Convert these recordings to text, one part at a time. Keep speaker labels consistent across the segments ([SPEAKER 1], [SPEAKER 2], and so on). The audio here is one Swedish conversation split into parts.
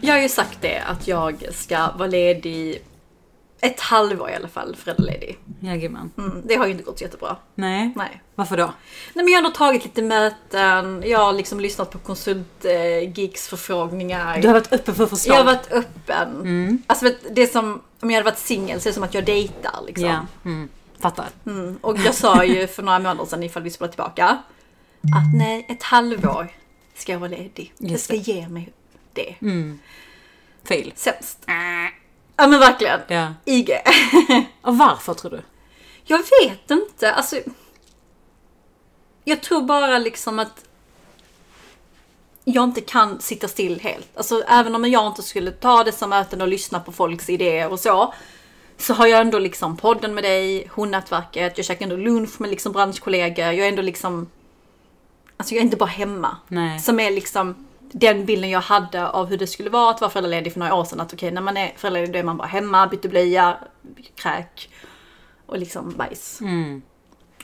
[SPEAKER 1] jag har ju sagt det att jag ska vara ledig ett halvår i alla fall, föräldraledig.
[SPEAKER 2] Jajamän.
[SPEAKER 1] Mm, det har ju inte gått så jättebra.
[SPEAKER 2] Nej.
[SPEAKER 1] Nej.
[SPEAKER 2] Varför då?
[SPEAKER 1] Nej men jag har ändå tagit lite möten, jag har liksom lyssnat på konsultgigs förfrågningar.
[SPEAKER 2] Du har Mm. varit öppen för förslag.
[SPEAKER 1] Jag har varit öppen. Alltså vet, det är som, om jag hade varit singel så är det som att jag dejtar liksom.
[SPEAKER 2] Ja. Mm. Fattar.
[SPEAKER 1] Mm. Och jag sa ju för några månader sedan ifall vi spolar tillbaka att nej, ett halvår ska jag vara ledig. jag
[SPEAKER 2] Just
[SPEAKER 1] ska ge mig det.
[SPEAKER 2] Mm. Fel.
[SPEAKER 1] Sämst. Ja men verkligen.
[SPEAKER 2] Ja.
[SPEAKER 1] IG.
[SPEAKER 2] Och varför tror du?
[SPEAKER 1] Jag vet inte, alltså. Jag tror bara liksom att jag inte kan sitta still helt. Alltså även om jag inte skulle ta dessa möten och lyssna på folks idéer och så. Så har jag ändå liksom podden med dig, honnätverket, jag käkar ändå lunch med liksom branschkollegor. Jag är ändå liksom... Alltså jag är inte bara hemma.
[SPEAKER 2] Nej.
[SPEAKER 1] Som är liksom den bilden jag hade av hur det skulle vara att vara föräldraledig för några år sedan. Att okej, när man är föräldraledig då är man bara hemma, byter blöja, kräk och liksom bajs.
[SPEAKER 2] Mm.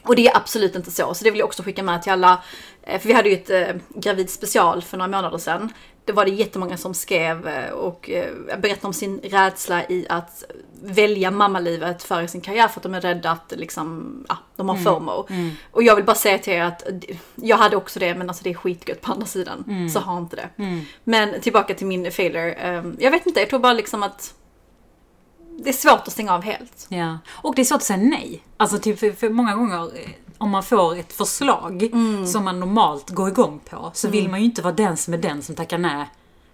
[SPEAKER 1] Och det är absolut inte så. Så det vill jag också skicka med till alla. Eh, För vi hade ju ett eh, gravidspecial för några månader sedan. Det var det jättemånga som skrev eh, och eh, berättade om sin rädsla i att välja mammalivet före sin karriär för att de är rädda att liksom, ja, de har FOMO. Och jag vill bara säga till er att eh, d- jag hade också det men alltså det är skitgött på andra sidan. Så ha inte det. Men tillbaka till min failure. Eh, Jag vet inte, jag tror bara liksom att det är svårt att stänga av helt.
[SPEAKER 2] Ja. Och det är svårt att säga nej. Alltså typ för, för många gånger eh, om man får ett förslag som man normalt går igång på så vill man ju inte vara den som är den som tackar nej.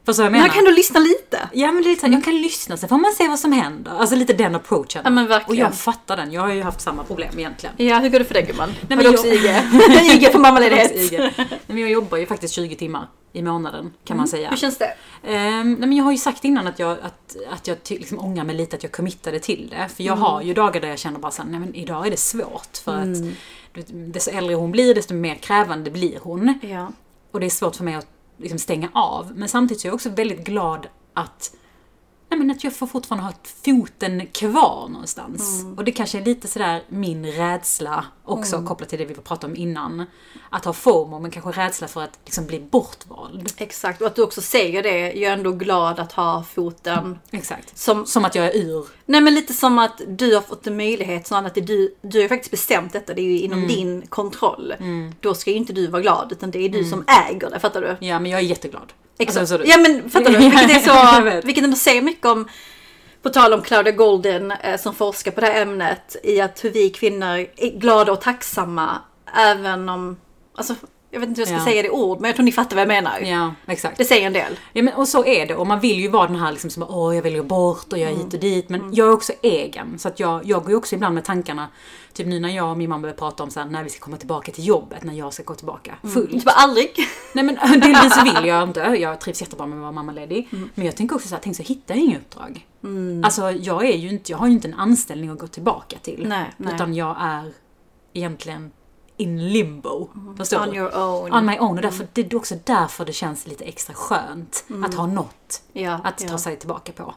[SPEAKER 2] Förstår du vad
[SPEAKER 1] Men
[SPEAKER 2] jag menar?
[SPEAKER 1] jag kan du lyssna lite.
[SPEAKER 2] Ja men det är lite såhär, jag kan lyssna sen får man se vad som händer. Alltså lite den approachen.
[SPEAKER 1] Ja, men verkligen.
[SPEAKER 2] Och jag fattar den, jag har ju haft samma problem egentligen.
[SPEAKER 1] Ja, hur går det för dig gumman? Nej,
[SPEAKER 2] men
[SPEAKER 1] har du också
[SPEAKER 2] jag-
[SPEAKER 1] IG? IG för mammaledighet.
[SPEAKER 2] Också IG. Nej, men jag jobbar ju faktiskt 20 timmar i månaden kan man säga.
[SPEAKER 1] Hur känns det?
[SPEAKER 2] Ehm, nej, men jag har ju sagt innan att jag, att, att jag ty- liksom ångrar mig lite att jag committade till det. För jag har ju dagar där jag känner bara såhär, nej men idag är det svårt. För att du vet, desto äldre hon blir, desto mer krävande blir hon.
[SPEAKER 1] Ja.
[SPEAKER 2] Och det är svårt för mig att liksom stänga av. Men samtidigt så är jag också väldigt glad att, nej men att jag får fortfarande ha ett- foten kvar någonstans.
[SPEAKER 1] Mm.
[SPEAKER 2] Och det kanske är lite sådär min rädsla också kopplat till det vi pratade om innan. Att ha FOMO, men kanske rädsla för att liksom bli bortvald.
[SPEAKER 1] Exakt, och att du också säger det. Jag är ändå glad att ha foten.
[SPEAKER 2] Exakt.
[SPEAKER 1] Som,
[SPEAKER 2] Som att jag är ur.
[SPEAKER 1] nej men lite som att du har fått en möjlighet, snarare än att det är du, du har ju faktiskt bestämt detta, det är ju inom din kontroll. Då ska ju inte du vara glad, utan det är du som äger det, fattar du?
[SPEAKER 2] Ja, men jag är jätteglad.
[SPEAKER 1] Exakt.
[SPEAKER 2] Alltså, så-
[SPEAKER 1] ja men fattar du?
[SPEAKER 2] Ja,
[SPEAKER 1] Vilket, är
[SPEAKER 2] jag
[SPEAKER 1] så,
[SPEAKER 2] vet.
[SPEAKER 1] vilket ändå säger mycket om, på tal om Claudia Golden eh, som forskar på det här ämnet, i att hur vi kvinnor är glada och tacksamma även om, alltså jag vet inte hur jag ska
[SPEAKER 2] Ja.
[SPEAKER 1] säga det i ord, men jag tror ni fattar vad jag menar.
[SPEAKER 2] Ja, exakt.
[SPEAKER 1] Det säger en del.
[SPEAKER 2] Ja, men, och så är det. Och man vill ju vara den här liksom som bara, åh jag väljer bort och jag är hit och dit. Men
[SPEAKER 1] Mm.
[SPEAKER 2] jag är också egen. Så att jag, jag går ju också ibland med tankarna, typ nu när jag och min mamma börjar prata om så här, när vi ska komma tillbaka till jobbet, när jag ska gå tillbaka fullt.
[SPEAKER 1] Typ aldrig.
[SPEAKER 2] Nej men delvis så vill jag inte. Jag trivs jättebra med att vara mammaledig.
[SPEAKER 1] Mm.
[SPEAKER 2] Men jag tänker också så här, tänk så hittar jag inga uppdrag. Alltså jag, är ju inte, jag har ju inte en anställning att gå tillbaka till.
[SPEAKER 1] Nej, nej.
[SPEAKER 2] Utan jag är egentligen in limbo. Förstår
[SPEAKER 1] On
[SPEAKER 2] du?
[SPEAKER 1] your own.
[SPEAKER 2] On my own. Och därför, det är också därför det känns lite extra skönt att ha något
[SPEAKER 1] Ja,
[SPEAKER 2] att
[SPEAKER 1] ja. Mm,
[SPEAKER 2] ta sig tillbaka på.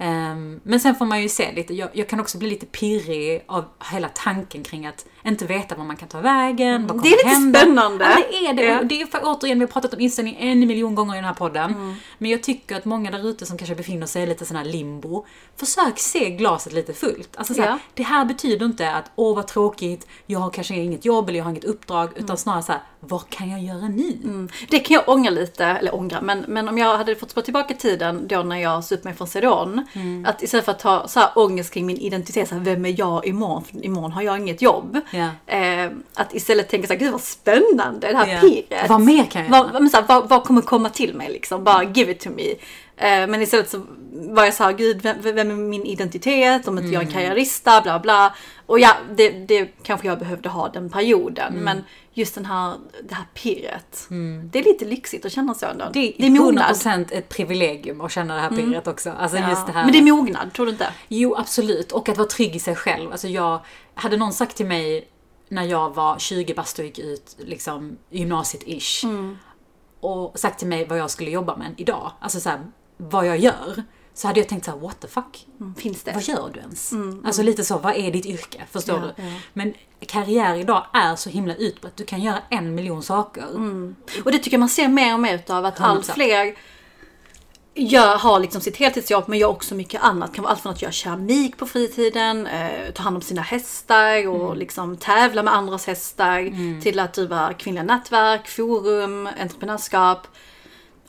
[SPEAKER 2] Ehm, men sen får man ju se lite, jag, jag kan också bli lite pirrig av hela tanken kring att inte veta vad man kan ta vägen, vad kommer
[SPEAKER 1] Mm. Det är lite
[SPEAKER 2] hända.
[SPEAKER 1] spännande.
[SPEAKER 2] Ja, det är det.
[SPEAKER 1] Ja.
[SPEAKER 2] Och Det är för, återigen, vi har pratat om inställning en miljon gånger i den här podden.
[SPEAKER 1] Mm.
[SPEAKER 2] Men jag tycker att många där ute som kanske befinner sig i lite sån här limbo, försök se glaset lite fullt. Alltså så här,
[SPEAKER 1] Ja.
[SPEAKER 2] det här betyder inte att åh vad tråkigt, jag har kanske inget jobb eller jag har inget uppdrag,
[SPEAKER 1] Mm.
[SPEAKER 2] utan snarare så här, vad kan jag göra nu?
[SPEAKER 1] Det kan jag ångra lite, eller ångra, men, men om jag hade fått spå tillbaka tiden då när jag sa upp mig från Ceron.
[SPEAKER 2] Mm.
[SPEAKER 1] Att istället för att ha så här ångest kring min identitet, så här, vem är jag imorgon? För imorgon har jag inget jobb.
[SPEAKER 2] Ja.
[SPEAKER 1] Eh, att istället tänka så här, gud vad spännande det här
[SPEAKER 2] Ja.
[SPEAKER 1] pirret.
[SPEAKER 2] Vad mer kan jag
[SPEAKER 1] Eh. vad,
[SPEAKER 2] göra?
[SPEAKER 1] men så här, vad, vad kommer komma till mig liksom? Bara give it to me. Eh, men istället så var jag så här, gud vem, vem är min identitet? Om inte
[SPEAKER 2] Mm.
[SPEAKER 1] jag är en karriärista, bla bla. Och ja, det, det kanske jag behövde ha den perioden.
[SPEAKER 2] Mm.
[SPEAKER 1] Men just den här, det här pirret. Det är lite lyxigt att känna så ändå.
[SPEAKER 2] Det är 100% ett privilegium att känna det här pirret också. Alltså just det här.
[SPEAKER 1] Mm. Men det är mognad, tror du inte?
[SPEAKER 2] Jo, absolut. Och att vara trygg i sig själv. Alltså jag, hade någon sagt till mig när jag var 20 bast och gick ut liksom, gymnasiet-ish.
[SPEAKER 1] Mm.
[SPEAKER 2] Och sagt till mig vad jag skulle jobba med idag. Alltså så här, vad jag gör. Så hade jag tänkt så här, what the fuck?
[SPEAKER 1] Mm, Finns det?
[SPEAKER 2] Vad gör du ens? alltså lite så, vad är ditt yrke? Förstår
[SPEAKER 1] Mm, Ja,
[SPEAKER 2] du?
[SPEAKER 1] ja.
[SPEAKER 2] Men karriär idag är så himla utbrett. Du kan göra en miljon saker.
[SPEAKER 1] Mm. Och det tycker jag man ser mer och mer utav att allt
[SPEAKER 2] 100%.
[SPEAKER 1] fler gör, har liksom sitt heltidsjobb men gör också mycket annat. Kan vara allt från att göra keramik på fritiden, eh, ta hand om sina hästar och liksom tävla med andras hästar. Till att driva kvinnliga nätverk, forum, entreprenörskap.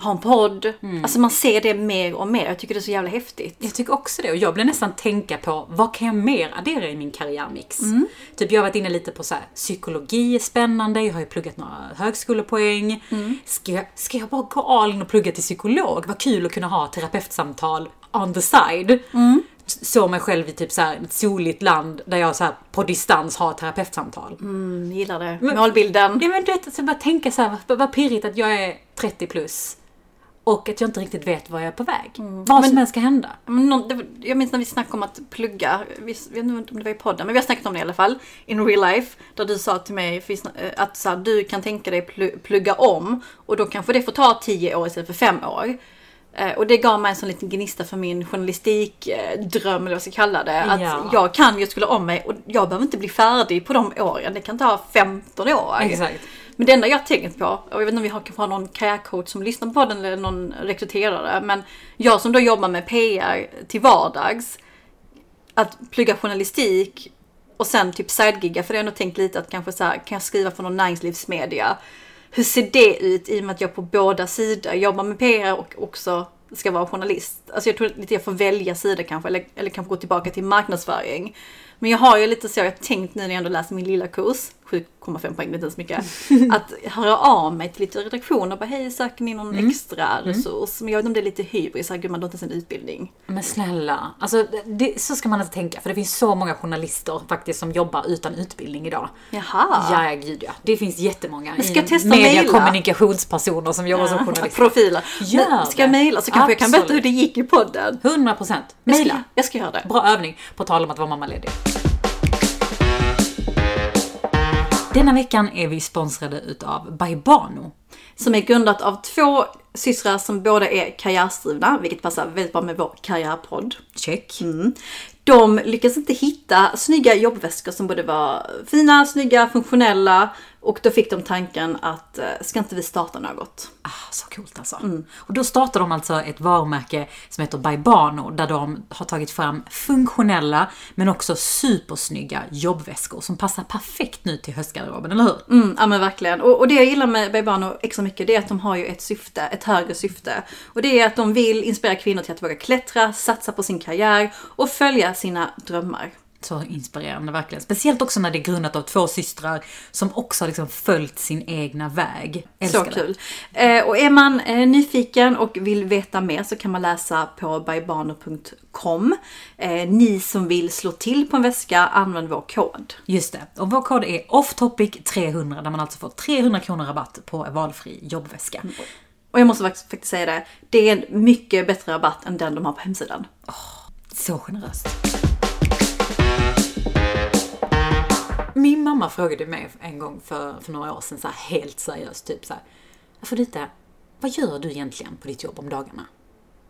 [SPEAKER 1] Ha en podd. Alltså man ser det mer och mer. Jag tycker det är så jävla häftigt.
[SPEAKER 2] Jag tycker också det och jag blir nästan tänka på vad kan jag mer addera i min karriärmix? Typ jag har varit inne lite på så här, psykologi är spännande, jag har ju pluggat några högskolepoäng. Ska, jag, ska jag bara gå all in och plugga till psykolog? Vad kul att kunna ha terapeutsamtal on the side. Mm. Såg mig själv i typ så här, ett soligt land där jag så här, på distans har terapeutsamtal.
[SPEAKER 1] Mm, gillar det. Målbilden.
[SPEAKER 2] Ja men du vet, alltså bara tänka så här, vad, vad pirrigt att jag är 30 plus. Och att jag inte riktigt vet var jag är på väg. Vad som helst ska hända.
[SPEAKER 1] Men någon, det, var- jag minns när vi snackade om att plugga, vi, jag vet inte om det var i podden, men vi har snackat om det i alla fall. In real life, där du sa till mig för vi sna- eh, att så här, du kan tänka dig plu- plugga om och då kanske det får ta 10 år istället för 5 år. Eh, Och det gav mig en sån liten gnista för min journalistikdröm eller vad jag ska kalla det. Att
[SPEAKER 2] Ja.
[SPEAKER 1] jag kan ju skulle om mig och jag behöver inte bli färdig på de åren. Det kan ta 15 år.
[SPEAKER 2] Exakt.
[SPEAKER 1] Men det enda jag har tänkt på, och jag vet inte om vi har, kanske har någon karriärcoach som lyssnar på den eller någon rekryterare, men jag som då jobbar med PR till vardags, att plugga journalistik och sen typ sidegigga, för det har jag nog tänkt lite att kanske så här, kan jag skriva för någon näringslivsmedia? Hur ser det ut i och med att jag på båda sidor jobbar med PR och också ska vara journalist? Alltså jag tror lite jag får välja sida kanske, eller, eller kanske gå tillbaka till marknadsföring. Men jag har ju lite så, jag har tänkt nu när jag ändå läser min lilla kurs, 7,5 poäng, det är inte ens mycket, att höra av mig till lite redaktioner och bara hej, söker ni någon extra resurs? Men jag vet inte om det är lite hybris, så här, gud man har inte ens en utbildning.
[SPEAKER 2] Men snälla, alltså, det, så ska man inte tänka. För det finns så många journalister faktiskt som jobbar utan utbildning idag.
[SPEAKER 1] Jaha.
[SPEAKER 2] Ja, gud ja. Det finns jättemånga
[SPEAKER 1] ska jag testa att
[SPEAKER 2] media
[SPEAKER 1] mejla?
[SPEAKER 2] kommunikationspersoner som jobbar som journalister.
[SPEAKER 1] Profiler.
[SPEAKER 2] Gör
[SPEAKER 1] Men ska jag
[SPEAKER 2] det.
[SPEAKER 1] mejla så kanske jag kan
[SPEAKER 2] Absolut.
[SPEAKER 1] berätta hur det gick i podden.
[SPEAKER 2] 100 procent.
[SPEAKER 1] Jag ska,
[SPEAKER 2] Mejla.
[SPEAKER 1] jag ska göra det.
[SPEAKER 2] Bra övning, på tal om att vara mammaledig. Denna veckan är vi sponsrade utav Baibano.
[SPEAKER 1] Som är grundat av två systrar som båda är karriärsdrivna, vilket passar väldigt bra med vår karriärpodd. Mm.
[SPEAKER 2] Check.
[SPEAKER 1] De lyckas inte hitta snygga jobbväskor som både var fina, snygga, funktionella och då fick de tanken att eh, ska inte vi starta något?
[SPEAKER 2] Ah, så coolt alltså.
[SPEAKER 1] Mm.
[SPEAKER 2] Och då startar de alltså ett varumärke som heter Baibano där de har tagit fram funktionella men också supersnygga jobbväskor som passar perfekt nu till höstgarderoben, eller hur?
[SPEAKER 1] Mm, ja men verkligen. Och, och det jag gillar med Baibano extra mycket det är att de har ju ett syfte, ett högre syfte. Och det är att de vill inspirera kvinnor till att våga klättra, satsa på sin karriär och följa sina drömmar.
[SPEAKER 2] Så inspirerande verkligen. Speciellt också när det är grundat av två systrar som också har liksom följt sin egna väg. Älskar
[SPEAKER 1] Så kul. Eh, och är man eh, nyfiken och vill veta mer så kan man läsa på baibano.com. Eh, ni som vill slå till på en väska, använd vår kod.
[SPEAKER 2] det. Just det. Och vår kod är offtopic300 där man alltså får 300 kronor rabatt på valfri jobbväska.
[SPEAKER 1] Mm. Och jag måste faktiskt faktiskt säga det, det är en mycket bättre rabatt än den de har på hemsidan.
[SPEAKER 2] Så generöst. Min mamma frågade mig en gång för, för några år sedan så här, helt seriöst typ så här. Varför Dita, vad gör du egentligen på ditt jobb om dagarna?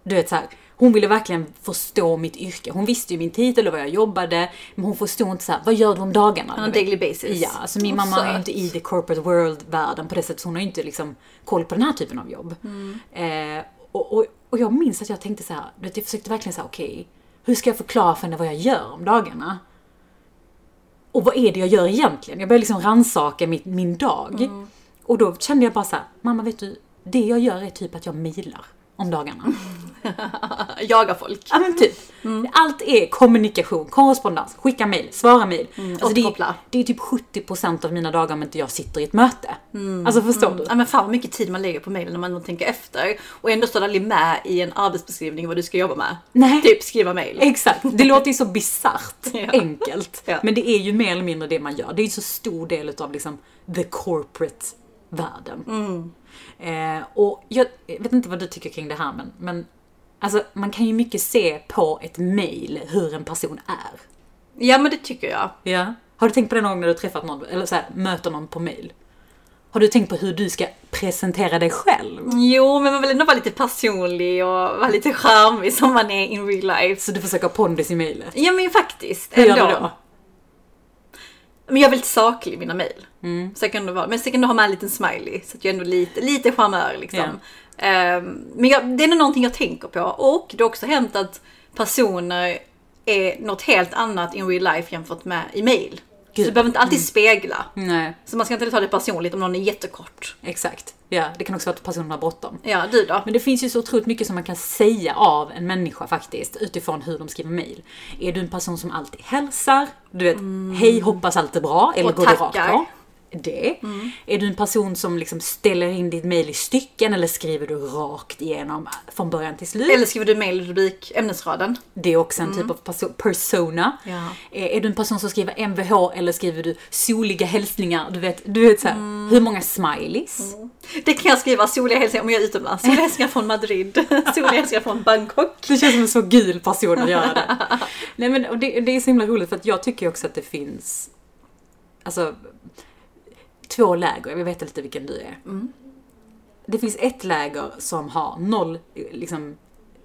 [SPEAKER 2] Du vet så här, hon ville verkligen förstå mitt yrke. Hon visste ju min titel och vad jag jobbade, men hon förstod inte så här, vad gör du om dagarna?
[SPEAKER 1] On a
[SPEAKER 2] Du vet.
[SPEAKER 1] daily basis.
[SPEAKER 2] Ja, alltså min
[SPEAKER 1] Och
[SPEAKER 2] mamma är ju
[SPEAKER 1] söt.
[SPEAKER 2] inte i the corporate world-världen på det sättet, så hon har ju inte liksom koll på den här typen av jobb. Eh, och, och, och jag minns att jag tänkte så här, du vet, jag försökte verkligen säga okej, hur ska jag förklara för henne vad jag gör om dagarna? Och vad är det jag gör egentligen? Jag började liksom rannsaka mitt, min dag. Och då kände jag bara så här, mamma vet du, det jag gör är typ att jag milar om dagarna.
[SPEAKER 1] Jaga folk.
[SPEAKER 2] Ja men typ.
[SPEAKER 1] Mm.
[SPEAKER 2] Allt är kommunikation, korrespondens, skicka mejl, svara mejl.
[SPEAKER 1] Mm.
[SPEAKER 2] det, är,
[SPEAKER 1] återkoppla.
[SPEAKER 2] det är typ 70% av mina dagar om inte jag sitter i ett möte.
[SPEAKER 1] Mm.
[SPEAKER 2] Alltså förstår du?
[SPEAKER 1] Ja men fan vad mycket tid man lägger på mejlen när man tänker efter. Och ändå står det aldrig med i en arbetsbeskrivning vad du ska jobba med.
[SPEAKER 2] Nej. Eh.
[SPEAKER 1] Typ skriva mejl.
[SPEAKER 2] Exakt, det låter ju så bisarrt
[SPEAKER 1] Ja.
[SPEAKER 2] enkelt.
[SPEAKER 1] Ja.
[SPEAKER 2] Men det är ju mer eller mindre det man gör. Det är ju så stor del av liksom the corporate världen.
[SPEAKER 1] Mm.
[SPEAKER 2] Eh, och jag jag vet inte vad du tycker kring det här men, men alltså, man kan ju mycket se på ett mail hur en person är.
[SPEAKER 1] Ja men det tycker jag.
[SPEAKER 2] Ja. Har du tänkt på det någon gång när du har träffat någon, eller så här, möter någon på mail? Har du tänkt på hur du ska presentera dig själv?
[SPEAKER 1] Jo men man vill ändå vara lite personlig och vara lite charmig som man är in real life.
[SPEAKER 2] Så du försöker ha pondus i mejlet?
[SPEAKER 1] Ja men faktiskt.
[SPEAKER 2] Hur
[SPEAKER 1] Ändå.
[SPEAKER 2] gör du då?
[SPEAKER 1] Men jag är väldigt saklig i
[SPEAKER 2] Mm.
[SPEAKER 1] mina mejl. Så jag kan ändå vara, men så jag kan ändå ha med en liten smiley. Så att jag är ändå lite, lite charmör liksom. Ehm, Men jag, det är nog någonting jag tänker på. Och det har också hänt att personer är något helt annat in real life jämfört med i mail. Så
[SPEAKER 2] Gud. Mm.
[SPEAKER 1] du behöver inte alltid spegla.
[SPEAKER 2] Nej,
[SPEAKER 1] Så man ska inte ta det personligt om någon är jättekort.
[SPEAKER 2] exakt. Ja, det kan också vara att personen har bråttom.
[SPEAKER 1] Ja, du då?
[SPEAKER 2] Men det finns ju så otroligt mycket som man kan säga av en människa faktiskt, utifrån hur de skriver mejl. Är du en person som alltid hälsar? Du vet, hej hoppas allt är bra, eller
[SPEAKER 1] Mm. Och
[SPEAKER 2] går det rakt
[SPEAKER 1] tackar. Mm.
[SPEAKER 2] på? Det. Är du en person som liksom ställer in ditt mejl i stycken eller skriver du rakt igenom från början till slut?
[SPEAKER 1] Eller skriver du mail i rubrik, ämnesraden?
[SPEAKER 2] Det är också en typ av perso- persona.
[SPEAKER 1] Ja.
[SPEAKER 2] Eh, Är du en person som skriver MVH eller skriver du soliga hälsningar? Du vet, du vet så här, hur många smileys?
[SPEAKER 1] Det kan jag skriva soliga hälsningar om jag är utomlands. Soliga hälsningar från Madrid. Soliga hälsningar från Bangkok.
[SPEAKER 2] Det känns som en så gul person att göra det. Nej men och det, det är så himla roligt för att jag tycker ju också att det finns alltså, två läger. Jag vet inte vilken du är. Det finns ett läger som har noll liksom,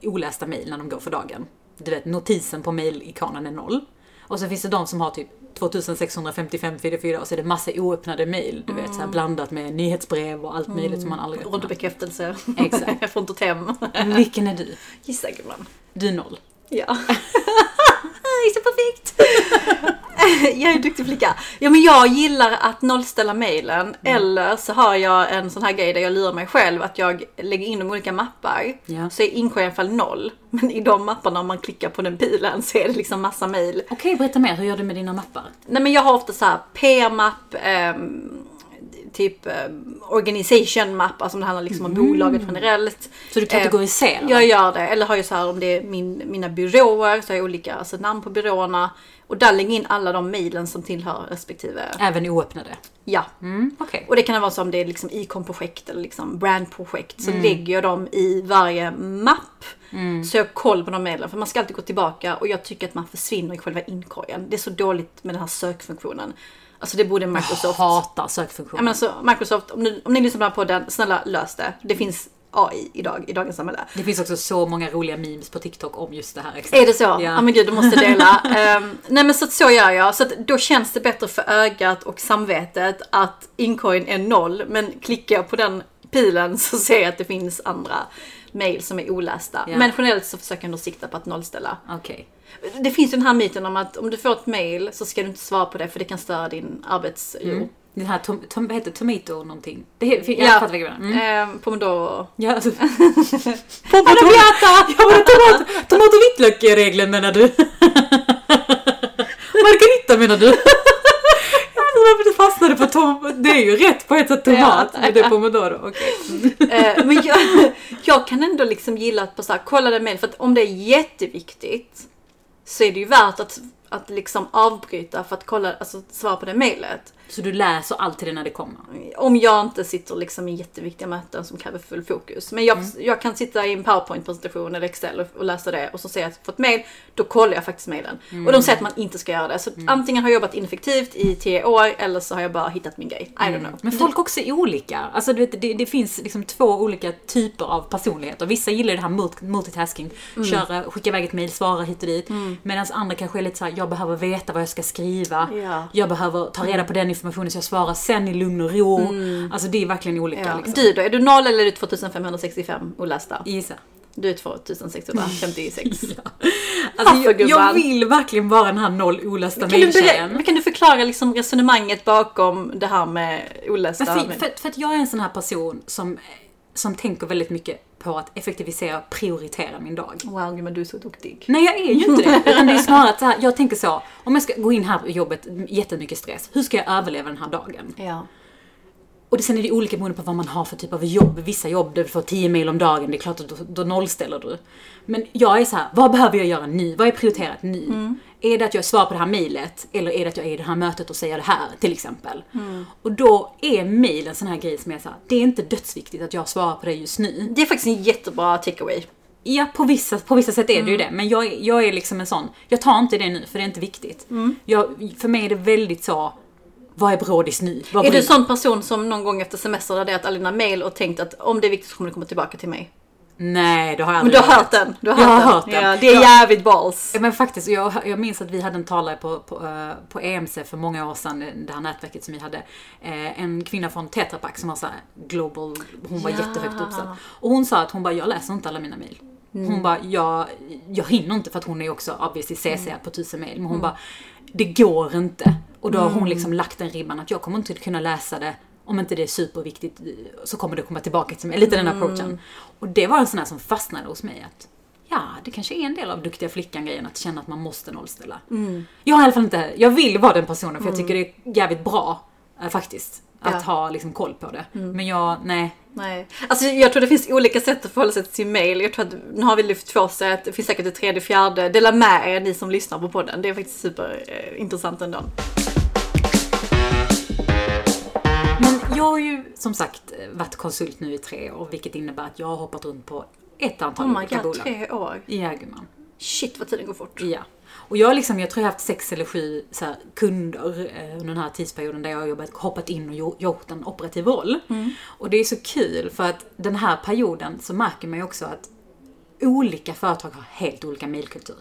[SPEAKER 2] olästa mejl när de går för dagen. Du vet, notisen på mejlikonen är noll. Och så finns det de som har typ 2655 44 och så är det massa oöppnade mejl. Du vet, så här blandat med nyhetsbrev och allt möjligt som man aldrig
[SPEAKER 1] Runt
[SPEAKER 2] öppnar.
[SPEAKER 1] bekräftelse.
[SPEAKER 2] Exakt.
[SPEAKER 1] från ditt hem.
[SPEAKER 2] Vilken är du?
[SPEAKER 1] Gissa gumman.
[SPEAKER 2] Du är noll.
[SPEAKER 1] Ja. Gissa perfekt. jag är en duktig flicka. Ja men jag gillar att nollställa mailen. Eller så har jag en sån här grej där jag lurar mig själv att jag lägger in de olika mappar.
[SPEAKER 2] Ja.
[SPEAKER 1] Så är inkorgen noll. Men i de mapparna om man klickar på den pilen så är det liksom massa mail.
[SPEAKER 2] Okej, berätta mer. Hur gör du med dina mappar?
[SPEAKER 1] Nej men jag har ofta så här PR-mapp, ehm, typ ehm, organization mapp, alltså om det handlar liksom om bolaget generellt.
[SPEAKER 2] Så du
[SPEAKER 1] Eh,
[SPEAKER 2] kategoriserar?
[SPEAKER 1] Jag gör det, eller har ju så här om det är min, mina byråer, så har jag olika alltså, namn på byråerna. Och där lägger jag in alla de mejlen som tillhör respektive.
[SPEAKER 2] Även oöppnade?
[SPEAKER 1] Ja.
[SPEAKER 2] Mm, okej.
[SPEAKER 1] Och det kan vara så om det är liksom icon-projekt eller liksom brand-projekt. Så lägger jag dem i varje mapp. Så jag har koll på de mejlen. För man ska alltid gå tillbaka och jag tycker att man försvinner i själva inkorgen. Det är så dåligt med den här sökfunktionen. Alltså det borde Microsoft...
[SPEAKER 2] Hatar
[SPEAKER 1] Ja,
[SPEAKER 2] sökfunktionen.
[SPEAKER 1] men alltså, Microsoft, om ni, om ni lyssnar på den, snälla lös det. Det finns AI idag, i dagens samhälle.
[SPEAKER 2] Det finns också så många roliga memes på TikTok om just det här. exakt.
[SPEAKER 1] Är det så? Ja, men gud, du måste dela. Ehm, nej men så att så gör jag. Så att då känns det bättre för ögat och samvetet att incoin är noll. Men klickar jag på den pilen så ser jag att det finns andra mail som är olästa.
[SPEAKER 2] Ja.
[SPEAKER 1] Men generellt så försöker jag ändå sikta på att nollställa.
[SPEAKER 2] Okej.
[SPEAKER 1] Det finns ju den här myten om att om du får ett mail så ska du inte svara på det för det kan störa din arbetsro.
[SPEAKER 2] Mm. Den här, tom, tom, vad heter det? Tomato någonting? Det, he- jag
[SPEAKER 1] Ja.
[SPEAKER 2] fattar vad jag menar. Mm.
[SPEAKER 1] Ehm, pomodoro.
[SPEAKER 2] Ja, alltså,
[SPEAKER 1] Pomodoro!
[SPEAKER 2] ja, men tomat, tomat och vitlök-regeln menar du? Margarita menar du? Jag vet inte varför du fastnade på tom. Det är ju rätt på ett sätt tomat,
[SPEAKER 1] Ja.
[SPEAKER 2] men det är pomodoro. Okej.
[SPEAKER 1] Eh, men jag, jag kan ändå liksom gilla att bara så här, kolla den mejl. För att om det är jätteviktigt så är det ju värt att, att liksom avbryta för att kolla, alltså svara på det mejlet.
[SPEAKER 2] Så du läser alltid när det kommer?
[SPEAKER 1] Om jag inte sitter liksom i jätteviktiga möten som kräver full fokus. Men jag, jag kan sitta i en powerpoint-presentation eller excel och, och läsa det och så ser jag att jag fått mejl. Då kollar jag faktiskt mejlen. Och de säger att man inte ska göra det. Så antingen har jag jobbat ineffektivt i tio år eller så har jag bara hittat min grej. I don't know.
[SPEAKER 2] Men folk också är olika. Alltså, du vet, det, det finns liksom två olika typer av personligheter. Vissa gillar det här mult- multitasking,
[SPEAKER 1] Mm.
[SPEAKER 2] köra, skicka iväg ett mejl, svara hit och dit. Medan andra kanske är lite såhär, jag behöver veta vad jag ska skriva.
[SPEAKER 1] Ja.
[SPEAKER 2] Jag behöver ta reda på den informationen så jag svarar sen i lugn och ro. Alltså det är verkligen olika.
[SPEAKER 1] Mm. Ja.
[SPEAKER 2] Liksom.
[SPEAKER 1] Du då, är du noll eller är du 2565 olästa?
[SPEAKER 2] Gissa.
[SPEAKER 1] Du är 2656.
[SPEAKER 2] Alltså, jag,
[SPEAKER 1] gubben.
[SPEAKER 2] jag vill verkligen vara den här noll olästa
[SPEAKER 1] kan, du
[SPEAKER 2] mejltjejen.
[SPEAKER 1] berä- kan du förklara liksom resonemanget bakom det här med olästa?
[SPEAKER 2] Men för,
[SPEAKER 1] men-
[SPEAKER 2] Alltså, för, för att jag är en sån här person som, som tänker väldigt mycket på att effektivisera och prioritera min dag.
[SPEAKER 1] Wow, gud, men du är så duktig.
[SPEAKER 2] Nej jag är ju inte det. Utan det är snarare att så här, jag tänker så, om jag ska gå in här på jobbet, jättemycket stress, hur ska jag överleva den här dagen?
[SPEAKER 1] Ja.
[SPEAKER 2] Och det, sen är det olika beroende på vad man har för typ av jobb. Vissa jobb där du får 10 mail om dagen, det är klart att då, då nollställer du. Men jag är så här, vad behöver jag göra nu? Vad är prioriterat nu? Är det att jag svarar på det här mailet? Eller är det att jag är i det här mötet och säger det här, till exempel? Och då är mail en sån här grej som jag säger, det är inte dödsviktigt att jag svarar på det just nu.
[SPEAKER 1] Det är faktiskt en jättebra takeaway.
[SPEAKER 2] Ja, på vissa, på vissa sätt är
[SPEAKER 1] Mm.
[SPEAKER 2] det ju det. Men jag, är- jag är liksom en sån, jag tar inte det nu för det är inte viktigt.
[SPEAKER 1] Mm.
[SPEAKER 2] Jag, för mig är det väldigt så, vad är brådis nu? Vad
[SPEAKER 1] Är du
[SPEAKER 2] bryr-
[SPEAKER 1] en sån person som någon gång efter semester har raderat alla dina mail och tänkt att om det är viktigt så kommer det komma tillbaka till mig?
[SPEAKER 2] Nej, det har jag
[SPEAKER 1] Men
[SPEAKER 2] aldrig
[SPEAKER 1] du har
[SPEAKER 2] gjort.
[SPEAKER 1] hört den? Du har
[SPEAKER 2] Jag
[SPEAKER 1] hört
[SPEAKER 2] har hört den.
[SPEAKER 1] Ja, det är
[SPEAKER 2] Jag-
[SPEAKER 1] jävligt balls.
[SPEAKER 2] Ja, Men faktiskt, jag, jag minns att vi hade en talare på, på, eh, på EMC för många år sedan, det här nätverket som vi hade. eh, En kvinna från Tetra Pak som var så här global, hon var
[SPEAKER 1] Ja.
[SPEAKER 2] jättehögt uppsatt. Och hon sa att hon bara, jag läser inte alla mina mejl. Hon bara, jag, jag hinner inte för att hon är också obviously CC på tusen mejl. Men hon bara, det går inte. Och då har hon liksom lagt den ribban att jag kommer inte kunna läsa det om inte det är superviktigt eh, så kommer det komma tillbaka till mig. Lite den approachen. Och det var en sån här som fastnade hos mig att ja, det kanske är en del av duktiga flickan-grejen att känna att man måste nollställa.
[SPEAKER 1] Mm.
[SPEAKER 2] Jag har i alla fall inte, jag vill vara den personen för jag tycker det är jävligt bra eh, faktiskt. Att
[SPEAKER 1] Ja. Mm.
[SPEAKER 2] ha liksom koll på det. Men jag, nej.
[SPEAKER 1] Nej. Alltså jag tror det finns olika sätt att förhålla sig till mail. Jag tror att, nu har vi lyft två sätt, det finns säkert ett tredje, fjärde. Dela med er ni som lyssnar på podden. Det är faktiskt superintressant ändå.
[SPEAKER 2] Men jag har ju som sagt eh, varit konsult nu i tre år vilket innebär att jag har hoppat runt på ett antal
[SPEAKER 1] Oh my
[SPEAKER 2] olika
[SPEAKER 1] god,
[SPEAKER 2] bolag.
[SPEAKER 1] tre år.
[SPEAKER 2] Ja, gumman.
[SPEAKER 1] Shit vad tiden går fort.
[SPEAKER 2] Ja. Och jag, har liksom, jag tror jag har haft sex eller sju så här, kunder eh, under den här tidsperioden där jag har jobbat, hoppat in och gjo- gjort en operativ roll. Och det är så kul för att den här perioden så märker man ju också att olika företag har helt olika mailkultur.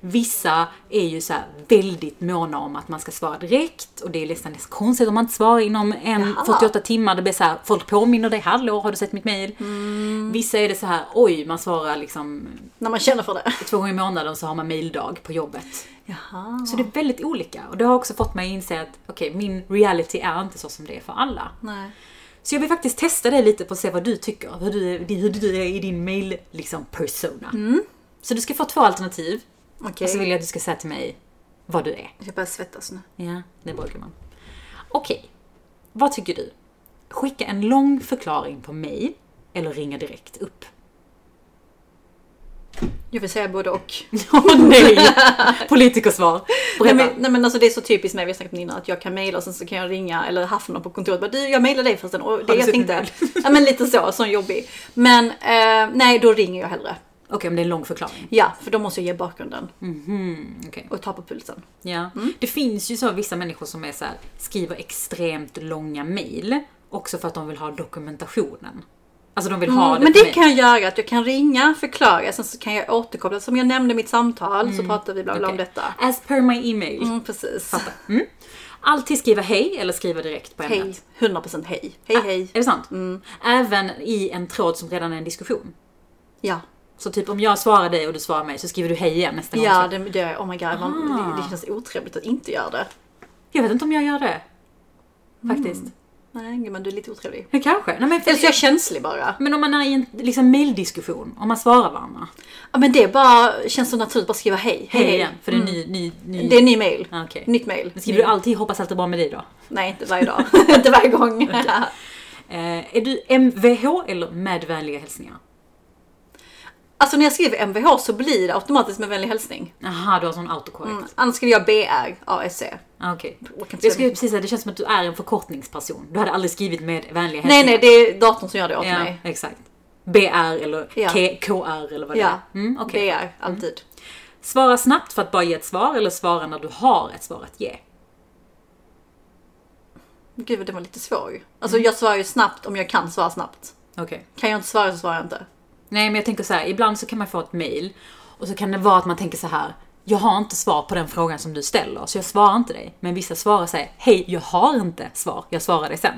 [SPEAKER 2] Vissa är ju så här väldigt måna om att man ska svara direkt och det är nästan nästan konstigt om man inte svarar inom en
[SPEAKER 1] Jaha.
[SPEAKER 2] 48 timmar. Det blir så här, folk påminner dig, hallå har du sett mitt mail? Vissa är det så här, oj man svarar liksom
[SPEAKER 1] När man känner för det.
[SPEAKER 2] två gånger i månaden så har man maildag på jobbet.
[SPEAKER 1] Jaha.
[SPEAKER 2] Så det är väldigt olika och det har också fått mig att inse att okej, min reality är inte så som det är för alla.
[SPEAKER 1] Nej.
[SPEAKER 2] Så jag vill faktiskt testa dig lite på att se vad du tycker, hur du, är- hur du är i din mail liksom persona. Så du ska få två alternativ
[SPEAKER 1] Mm. Okej.
[SPEAKER 2] och så vill jag att du ska säga till mig vad du är.
[SPEAKER 1] Jag börjar svettas nu.
[SPEAKER 2] Ja, det brukar man. Okej, vad tycker du? Skicka en lång förklaring på mig eller ringa direkt upp.
[SPEAKER 1] Jag vill säga både och.
[SPEAKER 2] Åh nej! Politikersvar.
[SPEAKER 1] Nej
[SPEAKER 2] Berätta.
[SPEAKER 1] men, nej men alltså det är så typiskt mig, vi har snackat om det innan, att jag kan mejla och sen så kan jag ringa eller haffa någon på kontoret bara, du jag mejlar dig förresten och det
[SPEAKER 2] du
[SPEAKER 1] jag
[SPEAKER 2] sett
[SPEAKER 1] tänkte. Ja men lite så, sån jobbig. Men eh, nej då ringer jag hellre.
[SPEAKER 2] Okej, men det är en lång förklaring.
[SPEAKER 1] Ja, för då måste jag ge bakgrunden
[SPEAKER 2] Mhm, Okej.
[SPEAKER 1] och ta på pulsen.
[SPEAKER 2] Ja.
[SPEAKER 1] Mm.
[SPEAKER 2] Det finns ju så vissa människor som är så här, skriver extremt långa mejl. Också för att de vill ha dokumentationen. Alltså de vill ha
[SPEAKER 1] Mm,
[SPEAKER 2] det
[SPEAKER 1] men
[SPEAKER 2] på
[SPEAKER 1] det
[SPEAKER 2] mejl.
[SPEAKER 1] kan jag göra, att jag kan ringa, förklara, sen så kan jag återkoppla. Som jag nämnde i mitt samtal så pratade vi bland annat om
[SPEAKER 2] Okej.
[SPEAKER 1] detta.
[SPEAKER 2] As per my email.
[SPEAKER 1] Mm, precis.
[SPEAKER 2] Alltid skriva hej eller skriva direkt på
[SPEAKER 1] Hej,
[SPEAKER 2] ämnet.
[SPEAKER 1] 100% hej.
[SPEAKER 2] Ah.
[SPEAKER 1] Hej hej. Mm.
[SPEAKER 2] Är det sant? Även i en tråd som redan är en diskussion.
[SPEAKER 1] Ja,
[SPEAKER 2] Så typ om jag svarar dig och du svarar mig så skriver du hej igen nästa
[SPEAKER 1] ja
[SPEAKER 2] gång.
[SPEAKER 1] det, det, oh my god, man, det,
[SPEAKER 2] Ah.
[SPEAKER 1] det känns otrevligt att inte göra det.
[SPEAKER 2] Jag vet inte om jag gör det. Faktiskt.
[SPEAKER 1] Nej, men du är lite otrevlig.
[SPEAKER 2] Men kanske. Nej, men,
[SPEAKER 1] Eller så
[SPEAKER 2] för,
[SPEAKER 1] är Mm. jag känslig bara.
[SPEAKER 2] men om man är i en liksom, maildiskussion, om man svarar varandra.
[SPEAKER 1] Ja, men det bara känns så naturligt, bara skriva hej. Hej,
[SPEAKER 2] Hej
[SPEAKER 1] hej.
[SPEAKER 2] igen, för det är ny, ny, ny...
[SPEAKER 1] Det är ny mail.
[SPEAKER 2] Ah, okej.
[SPEAKER 1] Nytt mail.
[SPEAKER 2] Men Skriver du alltid hoppas allt är bra med dig då?
[SPEAKER 1] Nej, inte varje dag. inte varje gång.
[SPEAKER 2] Eh, är du MVH eller med vänliga hälsningar?
[SPEAKER 1] alltså när jag skriver MVH så blir det automatiskt med vänlig hälsning.
[SPEAKER 2] Aha, du har sån autocorrect.
[SPEAKER 1] Mm. Annars skriver jag BR, ASC.
[SPEAKER 2] Ah, Okej.
[SPEAKER 1] E. Jag kan inte
[SPEAKER 2] Jag
[SPEAKER 1] säga
[SPEAKER 2] skulle precis säga, det känns som att du är en förkortningsperson. Du hade aldrig skrivit med vänliga hälsningar.
[SPEAKER 1] Nej, nej, det är datorn som gör det åt
[SPEAKER 2] E. ja,
[SPEAKER 1] mig.
[SPEAKER 2] Exakt. BR eller
[SPEAKER 1] Ja.
[SPEAKER 2] K- KR eller vad det
[SPEAKER 1] Ja,
[SPEAKER 2] är. Mm, okej.
[SPEAKER 1] det är alltid.
[SPEAKER 2] Svara snabbt för att bara ge ett svar eller svara när du har ett svar att ge.
[SPEAKER 1] Gud, vad den var lite svår. Alltså
[SPEAKER 2] Mm.
[SPEAKER 1] jag svarar ju snabbt om jag kan svara snabbt.
[SPEAKER 2] Okej.
[SPEAKER 1] Kan jag inte svara så svarar jag inte.
[SPEAKER 2] Nej, men jag tänker så här, ibland så kan man få ett mail och så kan det vara att man tänker så här. Jag har inte svar på den frågan som du ställer, så jag svarar inte dig. Men vissa svarar säger, hej, jag har inte svar, jag svarar dig sen.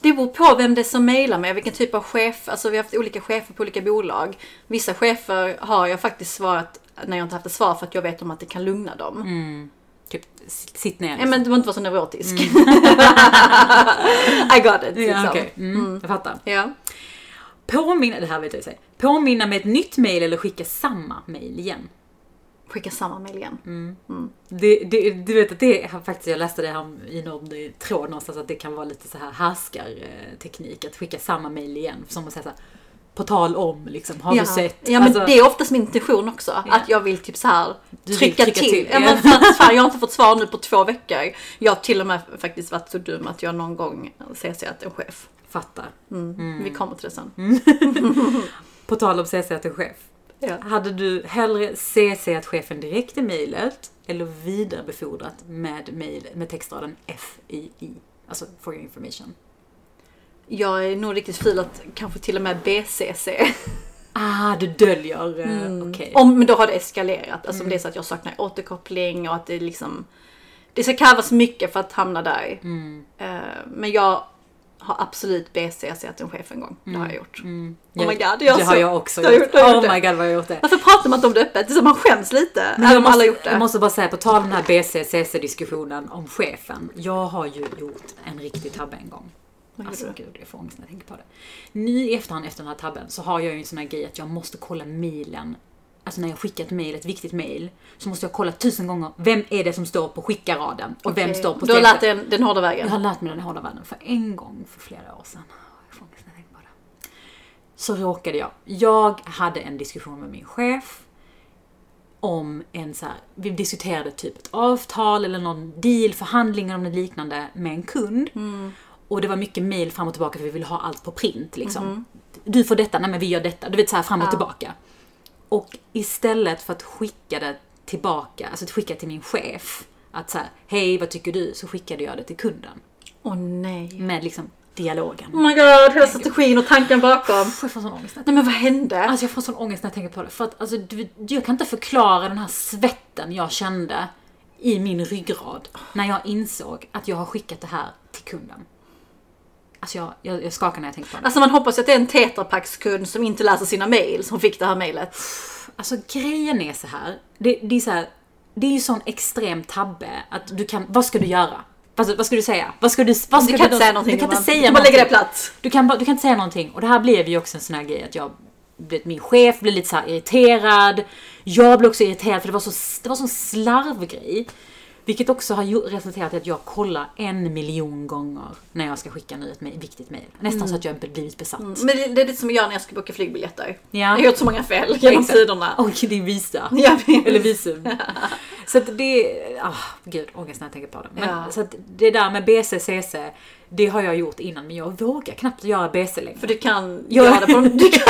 [SPEAKER 1] Det beror på vem det är som mejlar mig, vilken typ av chef. Alltså vi har haft olika chefer på olika bolag. Vissa chefer har jag faktiskt svarat när jag inte haft ett svar för att jag vet om att det kan lugna dem.
[SPEAKER 2] Typ, s- sitt ner.
[SPEAKER 1] Nej men du behöver inte vara så neurotisk. I got it.
[SPEAKER 2] Mm. ja,
[SPEAKER 1] liksom.
[SPEAKER 2] okej. mm, Jag fattar.
[SPEAKER 1] Ja.
[SPEAKER 2] Påminna, det här vet jag sig. Påminna med ett nytt mail eller skicka samma mail igen.
[SPEAKER 1] Skicka samma mejl igen.
[SPEAKER 2] Mm. Det, det, du vet att det är faktiskt, jag läste det här i någon tråd någonstans att det kan vara lite så här härskarteknik att skicka samma mail igen. Som att säga så här, på tal om liksom, har
[SPEAKER 1] ja.
[SPEAKER 2] du sett?
[SPEAKER 1] Ja men
[SPEAKER 2] Alltså-
[SPEAKER 1] det är oftast min intention också.
[SPEAKER 2] Ja.
[SPEAKER 1] Att jag vill typ så här
[SPEAKER 2] Du vill
[SPEAKER 1] trycka,
[SPEAKER 2] trycka
[SPEAKER 1] till.
[SPEAKER 2] till,
[SPEAKER 1] Ja,
[SPEAKER 2] ja.
[SPEAKER 1] men för att, fan, jag har inte fått svar nu på två veckor. Jag har till och med faktiskt varit så dum att jag någon gång ser sig att en chef.
[SPEAKER 2] Fattar.
[SPEAKER 1] Mm. Vi kommer till det sen. Mm.
[SPEAKER 2] På tal om CC till chef.
[SPEAKER 1] Ja.
[SPEAKER 2] Hade du hellre CC att chefen direkt i mejlet eller vidarebefordrat med mejl med textraden FYI? Alltså for your information.
[SPEAKER 1] Jag är nog riktigt fil att kanske till och med BCC.
[SPEAKER 2] Ah, du döljer. eh, Okej.
[SPEAKER 1] Mm.
[SPEAKER 2] Mm.
[SPEAKER 1] Om, men då har det eskalerat. Alltså om det är så att jag saknar återkoppling och att det liksom... Det ska krävas mycket för att hamna där.
[SPEAKER 2] Mm.
[SPEAKER 1] Eh, men jag har absolut BCC att en chef en gång. Det har jag gjort. Oh my god, det gör
[SPEAKER 2] Mm. det
[SPEAKER 1] så.
[SPEAKER 2] har jag också
[SPEAKER 1] Det har
[SPEAKER 2] gjort.
[SPEAKER 1] gjort, det har gjort
[SPEAKER 2] oh
[SPEAKER 1] det.
[SPEAKER 2] my god vad jag har gjort det.
[SPEAKER 1] Varför pratar man inte om det öppet? Det är som man skäms lite. även om
[SPEAKER 2] måste,
[SPEAKER 1] alla gjort det.
[SPEAKER 2] jag måste bara säga, på tal om den här BCCC-diskussionen om chefen. Jag har ju gjort en riktig tabbe en gång.
[SPEAKER 1] Vad gjorde
[SPEAKER 2] Alltså
[SPEAKER 1] du?
[SPEAKER 2] gud, jag får ångest när jag tänker på det. Nu i efterhand efter den här tabben så har jag ju en sån här grej att jag måste kolla mailen. Alltså när jag skickar ett mail, ett viktigt mail, så måste jag kolla tusen gånger. Vem är det som står på skickaraden? Och vem
[SPEAKER 1] Okej.
[SPEAKER 2] står på
[SPEAKER 1] Du har
[SPEAKER 2] stället?
[SPEAKER 1] lärt dig den, den hårda vägen.
[SPEAKER 2] Jag har lärt mig den hårda världen för en gång för flera år sedan. Jag får ångest när jag tänker på det. Så råkade jag. Jag hade en diskussion med min chef om en så här, vi diskuterade typ ett avtal eller någon deal, förhandlingar om något liknande med en kund. Och det var mycket mail fram och tillbaka för vi ville ha allt på print liksom. Du får detta, nej men vi gör detta. Du vet så här fram och tillbaka. Och istället för att skicka det tillbaka, alltså att skicka till min chef att så här, hej vad tycker du? Så skickade jag det till kunden.
[SPEAKER 1] Åh nej.
[SPEAKER 2] Med liksom dialogen.
[SPEAKER 1] Oh my god, hela strategin och tanken bakom.
[SPEAKER 2] Usch, jag får sån ångest.
[SPEAKER 1] Nej men vad hände?
[SPEAKER 2] Alltså jag får sån ångest när jag tänker på det. För att alltså, du, jag kan inte förklara den här svetten jag kände i min ryggrad när jag insåg att jag har skickat det här till kunden. Alltså jag, jag, jag skakar när jag tänker på det.
[SPEAKER 1] Alltså man hoppas ju att det är en tetrapackskund som inte läser sina mail som fick det här mailet.
[SPEAKER 2] Alltså grejen är så här. Det, det är så här. Det är ju sån extrem tabbe att du kan, vad ska du göra? Vad, vad ska du säga? Vad ska du, vad ska
[SPEAKER 1] Du kan
[SPEAKER 2] då-
[SPEAKER 1] inte säga någonting.
[SPEAKER 2] Du kan inte
[SPEAKER 1] man-
[SPEAKER 2] säga
[SPEAKER 1] du kan bara
[SPEAKER 2] någonting.
[SPEAKER 1] lägga det platt.
[SPEAKER 2] Du kan, bara- du kan inte säga någonting. Och det här blev ju också en sån här grej att jag, du vet, min chef blev lite så här irriterad. Jag blev också irriterad för det var så, det var sån slarvgrej. Vilket också har ju- resulterat i att jag kollar en miljon gånger när jag ska skicka nu ett ma- viktigt mejl. Nästan
[SPEAKER 1] Mm.
[SPEAKER 2] så att jag har blivit besatt.
[SPEAKER 1] Men det- det är lite som jag gör när jag ska boka flygbiljetter.
[SPEAKER 2] Ja.
[SPEAKER 1] Jag har gjort så många fel genom
[SPEAKER 2] Exakt.
[SPEAKER 1] sidorna.
[SPEAKER 2] Och det är visa.
[SPEAKER 1] Ja, men-
[SPEAKER 2] Eller visum. så att det... Ah, gud, ångest när jag tänker på det. Men,
[SPEAKER 1] Ja.
[SPEAKER 2] Så att det där med BCCC, det har jag gjort innan men jag vågar knappt göra BC längre.
[SPEAKER 1] För du kan
[SPEAKER 2] Ja.
[SPEAKER 1] göra det på du kan,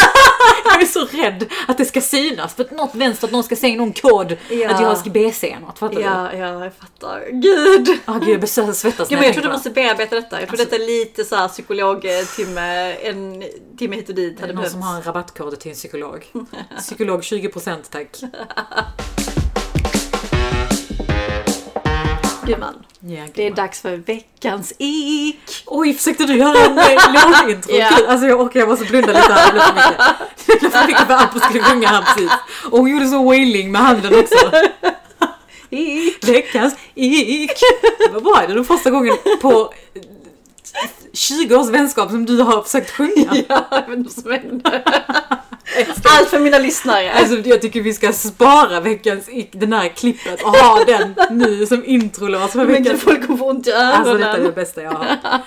[SPEAKER 2] Jag är så rädd att det ska synas för att något vänster, att någon ska säga någon kod
[SPEAKER 1] Ja.
[SPEAKER 2] att jag ska BC något. Fattar du?
[SPEAKER 1] Ja, ja, jag fattar. Gud!
[SPEAKER 2] Ah, gud, jag börjar så- svettas
[SPEAKER 1] Ja,
[SPEAKER 2] när
[SPEAKER 1] men jag
[SPEAKER 2] tänker
[SPEAKER 1] tror du
[SPEAKER 2] på
[SPEAKER 1] måste bearbeta detta. Jag tror
[SPEAKER 2] Alltså-
[SPEAKER 1] detta är lite såhär psykologtimme, eh, en timme hit och dit
[SPEAKER 2] det.
[SPEAKER 1] hade
[SPEAKER 2] Någon som
[SPEAKER 1] behövts.
[SPEAKER 2] har en rabattkod till en psykolog. Psykolog 20% tack.
[SPEAKER 1] Du man,
[SPEAKER 2] Ja,
[SPEAKER 1] det är
[SPEAKER 2] gud.
[SPEAKER 1] dags för veckans ick.
[SPEAKER 2] Oj, försökte du göra en eh, låtintro?
[SPEAKER 1] Ja.
[SPEAKER 2] Gud, Alltså jag orkar, jag måste blunda lite här. Det blev för mycket. Det blev för mycket för Apple skulle sjunga här precis. Och hon gjorde så wailing med handen också.
[SPEAKER 1] Ick.
[SPEAKER 2] Veckans ick! Det var bra, det är den första gången på 20 års vänskap som du har försökt sjunga.
[SPEAKER 1] Ja, jag vet inte vad som händer. Allt för mina lyssnare.
[SPEAKER 2] Alltså jag tycker vi ska spara veckans ick, den här klippet och ha den nu som introlåt för
[SPEAKER 1] Men gud,
[SPEAKER 2] veckans
[SPEAKER 1] folk kommer få ont i
[SPEAKER 2] Alltså detta är det
[SPEAKER 1] öronen.
[SPEAKER 2] bästa jag har hört.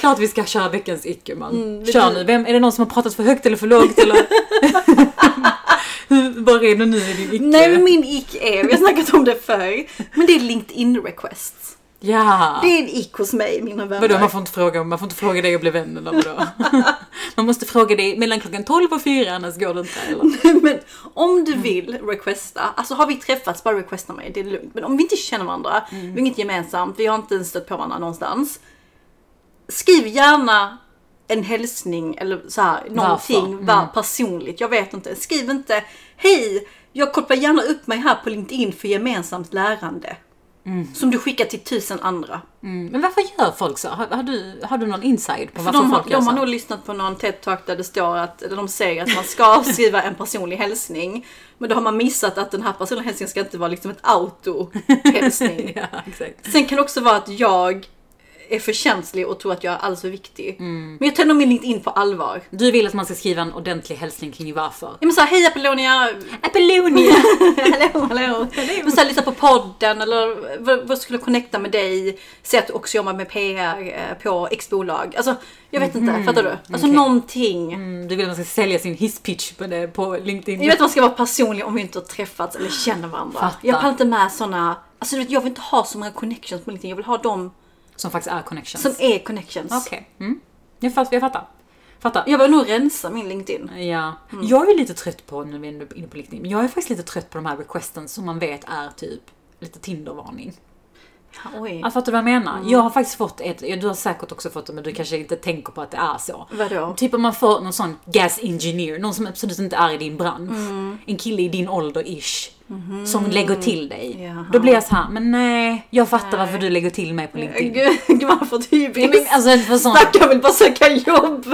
[SPEAKER 2] Klart vi ska köra veckans icke man.
[SPEAKER 1] det-
[SPEAKER 2] Kör nu, Vem, är det någon som har pratat för högt eller för lågt eller? Hur- Var är du nu i din icke?
[SPEAKER 1] Nej men min ick är, vi har snackat om det förr, men det är LinkedIn requests.
[SPEAKER 2] Ja!
[SPEAKER 1] Det är en ick hos mig mina vänner.
[SPEAKER 2] Vadå man får inte fråga, man får inte fråga dig och bli vän eller vadå? man måste fråga dig mellan klockan 12 och 4 annars går det inte eller?
[SPEAKER 1] Men om
[SPEAKER 2] Mm.
[SPEAKER 1] du vill requesta, alltså har vi träffats bara requesta mig, det är lugnt. Men om vi inte känner varandra,
[SPEAKER 2] Mm.
[SPEAKER 1] vi har inget gemensamt, vi har inte ens stött på varandra någonstans. Skriv gärna en hälsning eller så här, någonting
[SPEAKER 2] Varför? Mm.
[SPEAKER 1] var personligt, jag vet inte. Skriv inte hej, jag kopplar gärna upp mig här på LinkedIn för gemensamt lärande. Som du skickar till tusen andra.
[SPEAKER 2] Mm. Men varför gör folk så? Har, har, du, har du någon insight på
[SPEAKER 1] För
[SPEAKER 2] varför
[SPEAKER 1] de, har-
[SPEAKER 2] folk gör
[SPEAKER 1] de
[SPEAKER 2] så?
[SPEAKER 1] har nog lyssnat på någon TED-talk där det står att, eller de säger att man ska skriva en personlig hälsning. Men då har man missat att den här personliga hälsningen ska inte vara liksom ett auto-hälsning.
[SPEAKER 2] ja, exakt.
[SPEAKER 1] Sen kan det också vara att jag är för känslig och tror att jag är alldeles för viktig.
[SPEAKER 2] Mm.
[SPEAKER 1] Men jag tar nog min LinkedIn på allvar.
[SPEAKER 2] Du vill att man ska skriva en ordentlig hälsning kring varför?
[SPEAKER 1] Ja men såhär, hej Apollonia!
[SPEAKER 2] Apollonia!
[SPEAKER 1] hallå, hallå! Men såhär, lyssna på podden eller vad, vad skulle jag connecta med dig? Säg att du också jobbar med PR eh, på X bolag. Alltså, jag vet inte, fattar du? Alltså
[SPEAKER 2] Mhm. okej.
[SPEAKER 1] någonting.
[SPEAKER 2] Mm, du vill att man ska sälja sin hisspitch på, det, på LinkedIn.
[SPEAKER 1] Jag vet att man ska vara personlig om vi inte har träffats eller känner varandra.
[SPEAKER 2] Fattar.
[SPEAKER 1] Jag pallar inte med såna... Alltså du vet, jag vill inte ha så många connections på LinkedIn. Jag vill ha dem
[SPEAKER 2] Som faktiskt är connections.
[SPEAKER 1] som är connections.
[SPEAKER 2] Okej. Mm. Jag, fatt, jag fattar. Fattar.
[SPEAKER 1] Jag vill nog rensa min LinkedIn.
[SPEAKER 2] Ja. Jag är lite trött på, nu är vi ändå inne på LinkedIn, men jag är faktiskt lite trött på de här requesten som man vet är typ lite Tinder-varning.
[SPEAKER 1] Oj.
[SPEAKER 2] Ja, fattar du vad jag menar? Jag har faktiskt fått ett, ja, du har säkert också fått det men du kanske inte tänker på att det är så.
[SPEAKER 1] Vadå?
[SPEAKER 2] Typ om man får någon sån gas engineer, någon som absolut inte är i din bransch.
[SPEAKER 1] Mm.
[SPEAKER 2] En kille i din ålder-ish. Som lägger till dig.
[SPEAKER 1] Mhm. Jaha.
[SPEAKER 2] Då blir jag så här, men nej, jag fattar varför du lägger till mig på LinkedIn.
[SPEAKER 1] Gud typ vad för
[SPEAKER 2] Typ Nej, men,
[SPEAKER 1] typiskt.
[SPEAKER 2] alltså, för sån,
[SPEAKER 1] Stackarn vill bara söka jobb.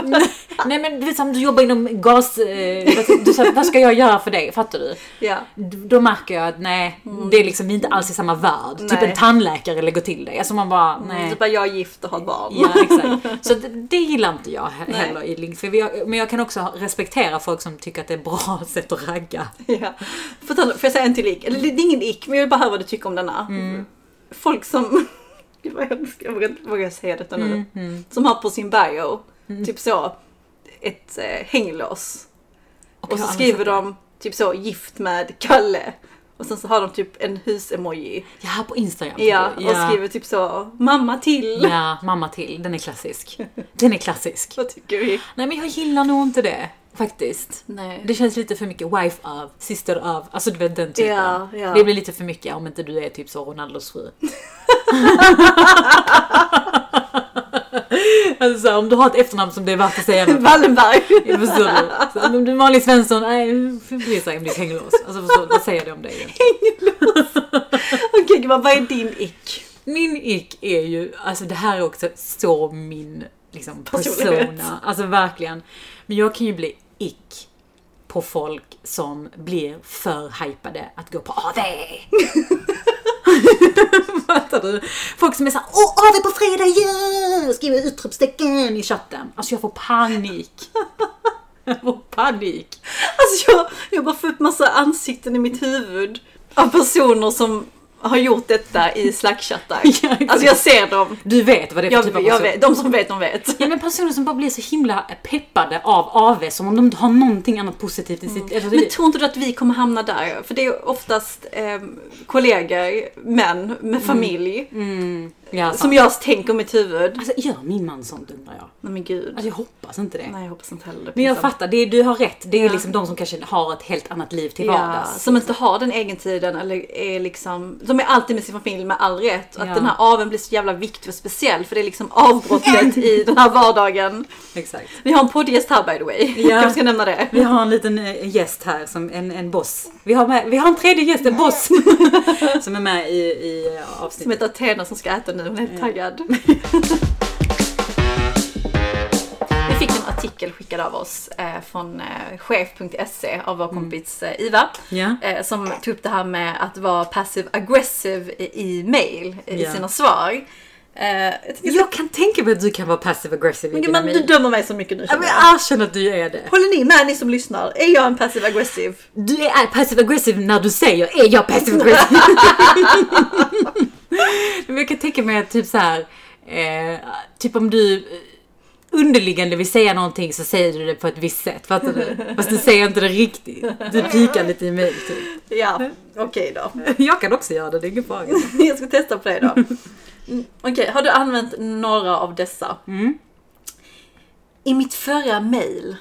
[SPEAKER 2] nej men du vet som du jobbar inom gas, eh, vad- du, så här, vad ska jag göra för dig? Fattar du?
[SPEAKER 1] ja.
[SPEAKER 2] D- Då märker jag att nej, det är liksom vi är inte alls i samma värld. Typ
[SPEAKER 1] Mm. Nej.
[SPEAKER 2] en tandläkare lägger till dig. Alltså man bara, nej.
[SPEAKER 1] Typ bara jag är gift och har ett barn.
[SPEAKER 2] Ja, exakt. Så det, det gillar inte jag he-
[SPEAKER 1] Nej.
[SPEAKER 2] heller i LinkedIn. För vi- Men jag kan också respektera folk som tycker att det är bra sätt att ragga.
[SPEAKER 1] Ja. Får, ta, får jag säga en till ick? Eller det är ingen ick, men jag vill bara höra vad du tycker om denna.
[SPEAKER 2] Mm.
[SPEAKER 1] Folk som... Gud, vad hemskt. Jag vågar inte- vågar jag säga detta nu.
[SPEAKER 2] Mm.
[SPEAKER 1] Som har på sin bio, typ så, ett eh, hänglås. Och,
[SPEAKER 2] jag
[SPEAKER 1] så
[SPEAKER 2] har
[SPEAKER 1] skriver
[SPEAKER 2] aldrig sett
[SPEAKER 1] de typ så, gift med Kalle. Och sen så har de typ en hus-emoji.
[SPEAKER 2] Ja, här på Instagram.
[SPEAKER 1] Ja, och
[SPEAKER 2] Alltså, ja.
[SPEAKER 1] skriver typ så, mamma till.
[SPEAKER 2] Ja, mamma till. Den är klassisk. Den är klassisk.
[SPEAKER 1] Vad tycker vi?
[SPEAKER 2] Nej, men jag gillar nog inte det. Faktiskt.
[SPEAKER 1] Nej.
[SPEAKER 2] Det känns lite för mycket wife av, sister av, alltså du vet den typen.
[SPEAKER 1] Ja, ja.
[SPEAKER 2] Det blir lite för mycket om inte du är typ så Ronaldos fru. alltså om du har ett efternamn som det är värt att säga något
[SPEAKER 1] Wallenberg.
[SPEAKER 2] Jag förstår du? Så, om du är vanlig Svensson, nej, bry sig om ditt hänglås. Alltså förstår du, vad säger det om dig egentligen?
[SPEAKER 1] Okej, gumman, vad är din ick?
[SPEAKER 2] Min ick är ju, alltså det här är också så min liksom
[SPEAKER 1] Personlighet.
[SPEAKER 2] persona. Alltså verkligen. Men jag kan ju bli ick på folk som blir för hypade att gå på AV. Fattar du? Folk som är såhär, åh AV på fredag, yeah! Skriver utropstecken i chatten. Alltså jag får panik. Jag får panik.
[SPEAKER 1] Alltså jag, jag bara får upp massa ansikten i mitt huvud av personer som har gjort detta i slackchattar.
[SPEAKER 2] Ja, exakt.
[SPEAKER 1] alltså jag ser dem.
[SPEAKER 2] Du vet vad det är för
[SPEAKER 1] Jag,
[SPEAKER 2] typ av
[SPEAKER 1] jag
[SPEAKER 2] person.
[SPEAKER 1] vet, de som vet, de vet.
[SPEAKER 2] Ja men personer som bara blir så himla peppade av AV som om de inte har någonting annat positivt i sitt... Alltså,
[SPEAKER 1] Men tror inte du att vi kommer hamna där? För det är oftast eh, kollegor, män med familj,
[SPEAKER 2] ja,
[SPEAKER 1] som
[SPEAKER 2] som
[SPEAKER 1] jag tänker i mitt huvud.
[SPEAKER 2] alltså, gör min man sånt undrar jag?
[SPEAKER 1] Nej men gud.
[SPEAKER 2] Alltså jag hoppas inte det.
[SPEAKER 1] Nej jag hoppas inte heller. liksom
[SPEAKER 2] Men jag
[SPEAKER 1] Pinsamt.
[SPEAKER 2] fattar, det är, du har rätt. Det är liksom de som kanske har ett helt annat liv till
[SPEAKER 1] Ja,
[SPEAKER 2] vardags.
[SPEAKER 1] som inte har den egentiden eller är liksom, de är alltid med sin familj med all rätt. Och att
[SPEAKER 2] Ja.
[SPEAKER 1] den här aven blir så jävla viktig och speciell för det är liksom avbrottet i den här vardagen.
[SPEAKER 2] Exakt.
[SPEAKER 1] Vi har en poddgäst här by the way.
[SPEAKER 2] Ja.
[SPEAKER 1] Kanske ska nämna det.
[SPEAKER 2] Vi har en liten eh, gäst här, som en, en boss. Vi har, med, vi har en tredje gäst, en boss! som är med i, i eh,
[SPEAKER 1] Som
[SPEAKER 2] avsnittet.
[SPEAKER 1] heter Athena som ska äta nu, hon är helt taggad. Vi fick en artikel skickad av oss eh, från eh, chef.se av vår kompis eh, Iva.
[SPEAKER 2] Ja.
[SPEAKER 1] Eh, som tog upp det här med att vara passive aggressive i, i mail, eh,
[SPEAKER 2] Ja.
[SPEAKER 1] i sina svar. Eh, jag tycker
[SPEAKER 2] Jag kan tänka mig att du kan vara passive aggressiv i
[SPEAKER 1] Men
[SPEAKER 2] dina
[SPEAKER 1] man, du
[SPEAKER 2] mejl.
[SPEAKER 1] dömer mig så mycket nu.
[SPEAKER 2] Ja,
[SPEAKER 1] känner
[SPEAKER 2] men
[SPEAKER 1] jag.
[SPEAKER 2] Erkänn att du är det.
[SPEAKER 1] Håller ni med ni som lyssnar? Är jag en passive aggressiv?
[SPEAKER 2] Du är passive aggressiv när du säger är jag passive aggressiv? Men jag kan tänka mig att typ så här, eh, typ om du eh, underliggande vill säga någonting så säger du det på ett visst sätt, fattar du? Fast du säger inte det riktigt. Du pikar lite i mig typ.
[SPEAKER 1] Ja, okej då.
[SPEAKER 2] Jag kan också göra det, det är ingen fara.
[SPEAKER 1] Jag ska testa på dig då. Mm, Okej, har du använt några av dessa?
[SPEAKER 2] Mm.
[SPEAKER 1] I mitt förra mail.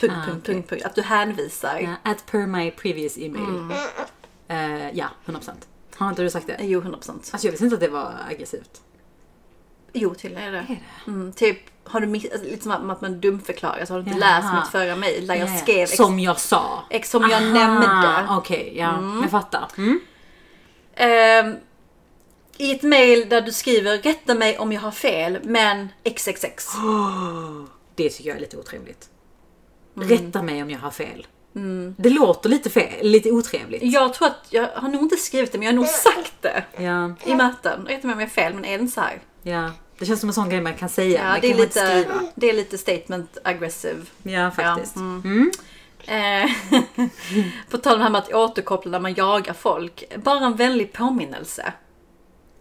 [SPEAKER 1] Punkt,
[SPEAKER 2] Ah,
[SPEAKER 1] punkt, punkt, punkt. Att du hänvisar.
[SPEAKER 2] Ja, At Eh, per my previous email. Eh, ja, 100%. Har inte du sagt det?
[SPEAKER 1] Jo, 100 procent.
[SPEAKER 2] Alltså jag visste inte att det var aggressivt.
[SPEAKER 1] Jo, till är det.
[SPEAKER 2] det?
[SPEAKER 1] Mm, typ, har du miss- alltså, lite som att- att man dumförklarar. Så har du inte
[SPEAKER 2] Jaha.
[SPEAKER 1] läst mitt förra mail där jag
[SPEAKER 2] Ja, ja.
[SPEAKER 1] skrev ex-
[SPEAKER 2] Som jag sa.
[SPEAKER 1] ex som jag
[SPEAKER 2] Aha,
[SPEAKER 1] nämnde.
[SPEAKER 2] Okej, ja. Jag fattar. Mm.
[SPEAKER 1] Ehm, I ett mail där du skriver rätta mig om jag har fel, men xxx.
[SPEAKER 2] Det tycker jag är lite otrevligt.
[SPEAKER 1] Mm.
[SPEAKER 2] Rätta mig om jag har fel. Det låter lite, fel, lite otrevligt.
[SPEAKER 1] Jag tror att, jag har nog inte skrivit det, men jag
[SPEAKER 2] Äh.
[SPEAKER 1] har nog sagt det
[SPEAKER 2] Ja,
[SPEAKER 1] i möten. Rätta mig om jag har fel, men är det inte så här?
[SPEAKER 2] ja. Det känns som en sån grej man kan säga.
[SPEAKER 1] Ja,
[SPEAKER 2] men
[SPEAKER 1] det, är
[SPEAKER 2] kan man inte
[SPEAKER 1] lite,
[SPEAKER 2] skriva.
[SPEAKER 1] det är lite statement aggressive.
[SPEAKER 2] Ja, faktiskt. Mm.
[SPEAKER 1] Eh, på tal om det här med att återkoppla när man jagar folk. Bara en vänlig påminnelse.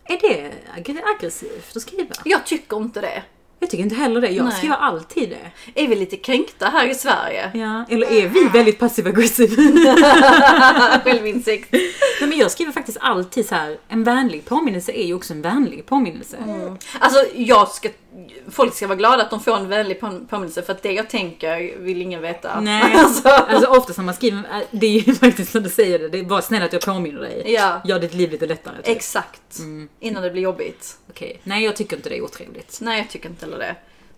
[SPEAKER 2] Är det ag- aggressivt att skriva?
[SPEAKER 1] Jag tycker inte det.
[SPEAKER 2] Jag tycker inte heller det. Jag
[SPEAKER 1] Nej.
[SPEAKER 2] skriver alltid det.
[SPEAKER 1] Är vi lite kränkta här i Sverige?
[SPEAKER 2] Ja. Eller är vi väldigt passiv aggressiva?
[SPEAKER 1] Självinsikt.
[SPEAKER 2] Nej, men jag skriver faktiskt
[SPEAKER 1] Mm.
[SPEAKER 2] alltid så här. En vänlig påminnelse är ju också en vänlig påminnelse.
[SPEAKER 1] Alltså jag ska folk ska vara glada att de får en vänlig påm- påminnelse för att det jag tänker vill ingen veta.
[SPEAKER 2] Nej,
[SPEAKER 1] Alltså.
[SPEAKER 2] alltså ofta när man skriver, äh, det är ju faktiskt som du säger det, det är bara snälla att jag påminner dig.
[SPEAKER 1] Ja.
[SPEAKER 2] Gör ditt liv lite lättare. Typ.
[SPEAKER 1] Exakt. Innan det blir jobbigt.
[SPEAKER 2] Okej. Nej, jag tycker inte det är otrevligt.
[SPEAKER 1] Nej, jag tycker inte heller det.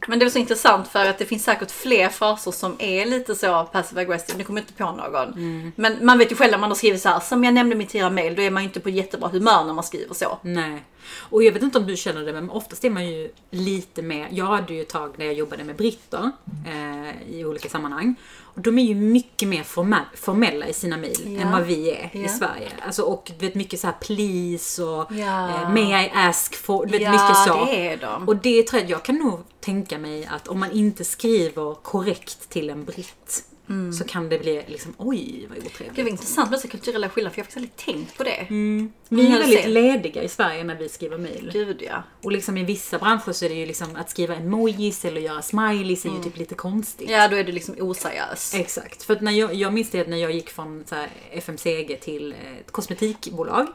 [SPEAKER 1] Men det var så intressant för att det finns säkert fler fraser som är lite så passive aggressive. Nu kommer jag inte på någon.
[SPEAKER 2] Mm.
[SPEAKER 1] Men man vet ju själv när man har skrivit så här, som jag nämnde i mitt tidigare mail, då är man ju inte på jättebra humör när man skriver så.
[SPEAKER 2] Nej. Och jag vet inte om du känner det, men oftast är man ju lite mer... Jag hade ju ett tag när jag jobbade med britter eh, i olika sammanhang. Och de är ju mycket mer formell, formella i sina mejl
[SPEAKER 1] Ja.
[SPEAKER 2] än vad vi är
[SPEAKER 1] Ja.
[SPEAKER 2] i Sverige. Alltså, och du vet mycket så här please och
[SPEAKER 1] Ja.
[SPEAKER 2] eh, may I ask for... Du vet
[SPEAKER 1] Ja,
[SPEAKER 2] mycket så.
[SPEAKER 1] det är de.
[SPEAKER 2] Och det tror jag, jag kan nog tänka mig att om man inte skriver korrekt till en britt
[SPEAKER 1] Mm.
[SPEAKER 2] så kan det bli liksom oj vad otrevligt.
[SPEAKER 1] Gud vad intressant med dessa kulturella skillnader för jag har faktiskt aldrig tänkt på det.
[SPEAKER 2] Vi är
[SPEAKER 1] Mm,
[SPEAKER 2] väldigt
[SPEAKER 1] sen.
[SPEAKER 2] lediga i Sverige när vi skriver mejl.
[SPEAKER 1] Gud ja.
[SPEAKER 2] Och liksom i vissa branscher så är det ju liksom att skriva emojis eller göra smileys är
[SPEAKER 1] Mm.
[SPEAKER 2] ju typ lite konstigt.
[SPEAKER 1] Ja, då är du liksom oseriös.
[SPEAKER 2] Exakt, för att när jag, jag minns det att när jag gick från så här FMCG till eh, ett kosmetikbolag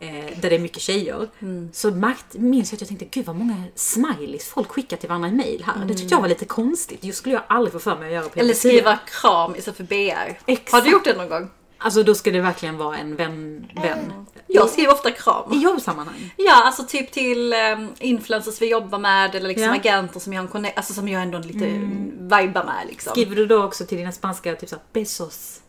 [SPEAKER 2] eh, där det är mycket tjejer,
[SPEAKER 1] Mm.
[SPEAKER 2] så märkt, minns jag att jag tänkte gud vad många smileys folk skickar till varandra i mail här. Det tyckte jag var lite konstigt, just skulle jag aldrig få för mig att göra på
[SPEAKER 1] Mm. Eller
[SPEAKER 2] FMCG.
[SPEAKER 1] skriva kram istället för BR.
[SPEAKER 2] Exakt.
[SPEAKER 1] Har du gjort det någon gång?
[SPEAKER 2] Alltså då ska det verkligen vara en vän-vän.
[SPEAKER 1] Jag skriver ofta kram.
[SPEAKER 2] I jobbsammanhang.
[SPEAKER 1] Ja, alltså typ till um, influencers vi jobbar med eller liksom
[SPEAKER 2] Ja. Mm.
[SPEAKER 1] agenter som jag, har en connect, alltså, som jag ändå lite vibar med liksom.
[SPEAKER 2] Skriver du då också till dina spanska typ såhär besos?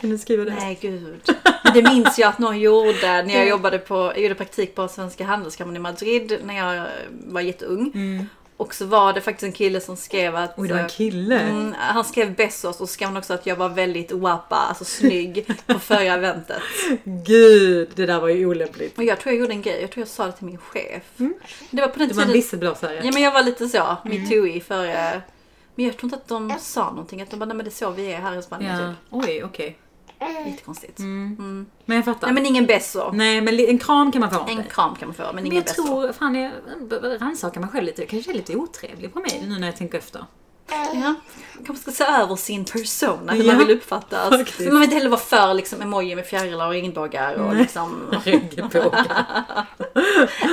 [SPEAKER 2] Kan du skriva det?
[SPEAKER 1] Nej gud. Men det minns jag att någon gjorde när jag jobbade på, jag gjorde praktik på Svenska Handelskammaren i Madrid när jag var jätteung. Och så var det faktiskt en kille som skrev att...
[SPEAKER 2] Mm. Oj, det var en kille.
[SPEAKER 1] Mm, han skrev Bessos och så skrev han också att jag var väldigt wappa, alltså snygg, på förra eventet.
[SPEAKER 2] Gud, det där var ju olämpligt.
[SPEAKER 1] Och jag tror jag gjorde en grej, jag tror jag sa det till min chef. Det var på den
[SPEAKER 2] Mm. Alltså, Det var en
[SPEAKER 1] tiden...
[SPEAKER 2] visselblåsare.
[SPEAKER 1] Ja men jag var lite så,
[SPEAKER 2] Mm.
[SPEAKER 1] metooig före. Men jag tror inte att de sa någonting, att de bara nej men det är så vi är här i Spanien
[SPEAKER 2] Ja. Mm. Oj, okej.
[SPEAKER 1] typ. Lite konstigt.
[SPEAKER 2] Men jag fattar.
[SPEAKER 1] Nej men ingen besso.
[SPEAKER 2] Nej, men li- en kram kan man få av
[SPEAKER 1] En
[SPEAKER 2] dig.
[SPEAKER 1] kram kan man få men
[SPEAKER 2] Men
[SPEAKER 1] ingen
[SPEAKER 2] jag
[SPEAKER 1] besso.
[SPEAKER 2] tror, fan jag rannsakar mig själv lite. Jag kanske är lite otrevlig på mig nu när jag tänker efter.
[SPEAKER 1] Ja. Man kanske ska se över sin persona, hur
[SPEAKER 2] Ja,
[SPEAKER 1] man vill uppfattas.
[SPEAKER 2] faktiskt.
[SPEAKER 1] Men man vill inte heller vara för liksom, emoji med fjärilar och regnbågar och liksom
[SPEAKER 2] Regnbågar.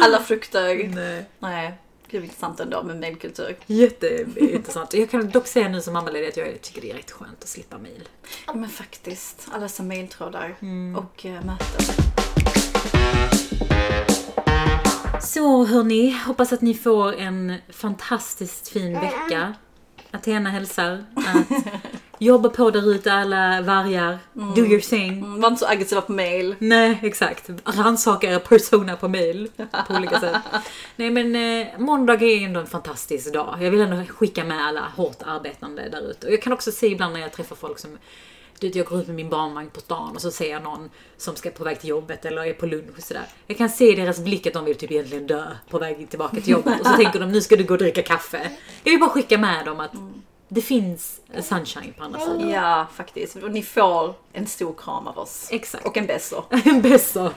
[SPEAKER 1] alla frukter.
[SPEAKER 2] Nej.
[SPEAKER 1] Nej, det är intressant ändå med mailkultur.
[SPEAKER 2] Jätteintressant. Jag kan dock säga nu som mammaledig att jag tycker det är rätt skönt att slippa mejl.
[SPEAKER 1] Ja, men faktiskt, alla dessa mailtrådar
[SPEAKER 2] Mm.
[SPEAKER 1] och eh, möten.
[SPEAKER 2] Så hörni, hoppas att ni får en fantastiskt fin vecka. Athena hälsar att jobba på där ute alla vargar. Do your thing.
[SPEAKER 1] Mm, Var inte så aggressiva på mail.
[SPEAKER 2] Nej, exakt. Rannsaka er persona på mail på olika sätt. Nej men eh, måndag är ändå en fantastisk dag. Jag vill ändå skicka med alla hårt arbetande där ute. Och jag kan också se ibland när jag träffar folk som du vet, jag går ut med min barnvagn på stan och så ser jag någon som ska på väg till jobbet eller är på lunch och sådär. Jag kan se i deras blick att de vill typ egentligen dö på väg tillbaka till jobbet. Och så tänker de nu ska du gå och dricka kaffe. Jag vill bara skicka med dem att det finns sunshine på andra sidan.
[SPEAKER 1] Ja, faktiskt. Och ni får en stor kram av oss.
[SPEAKER 2] Exakt.
[SPEAKER 1] Och en besso.
[SPEAKER 2] En bässa.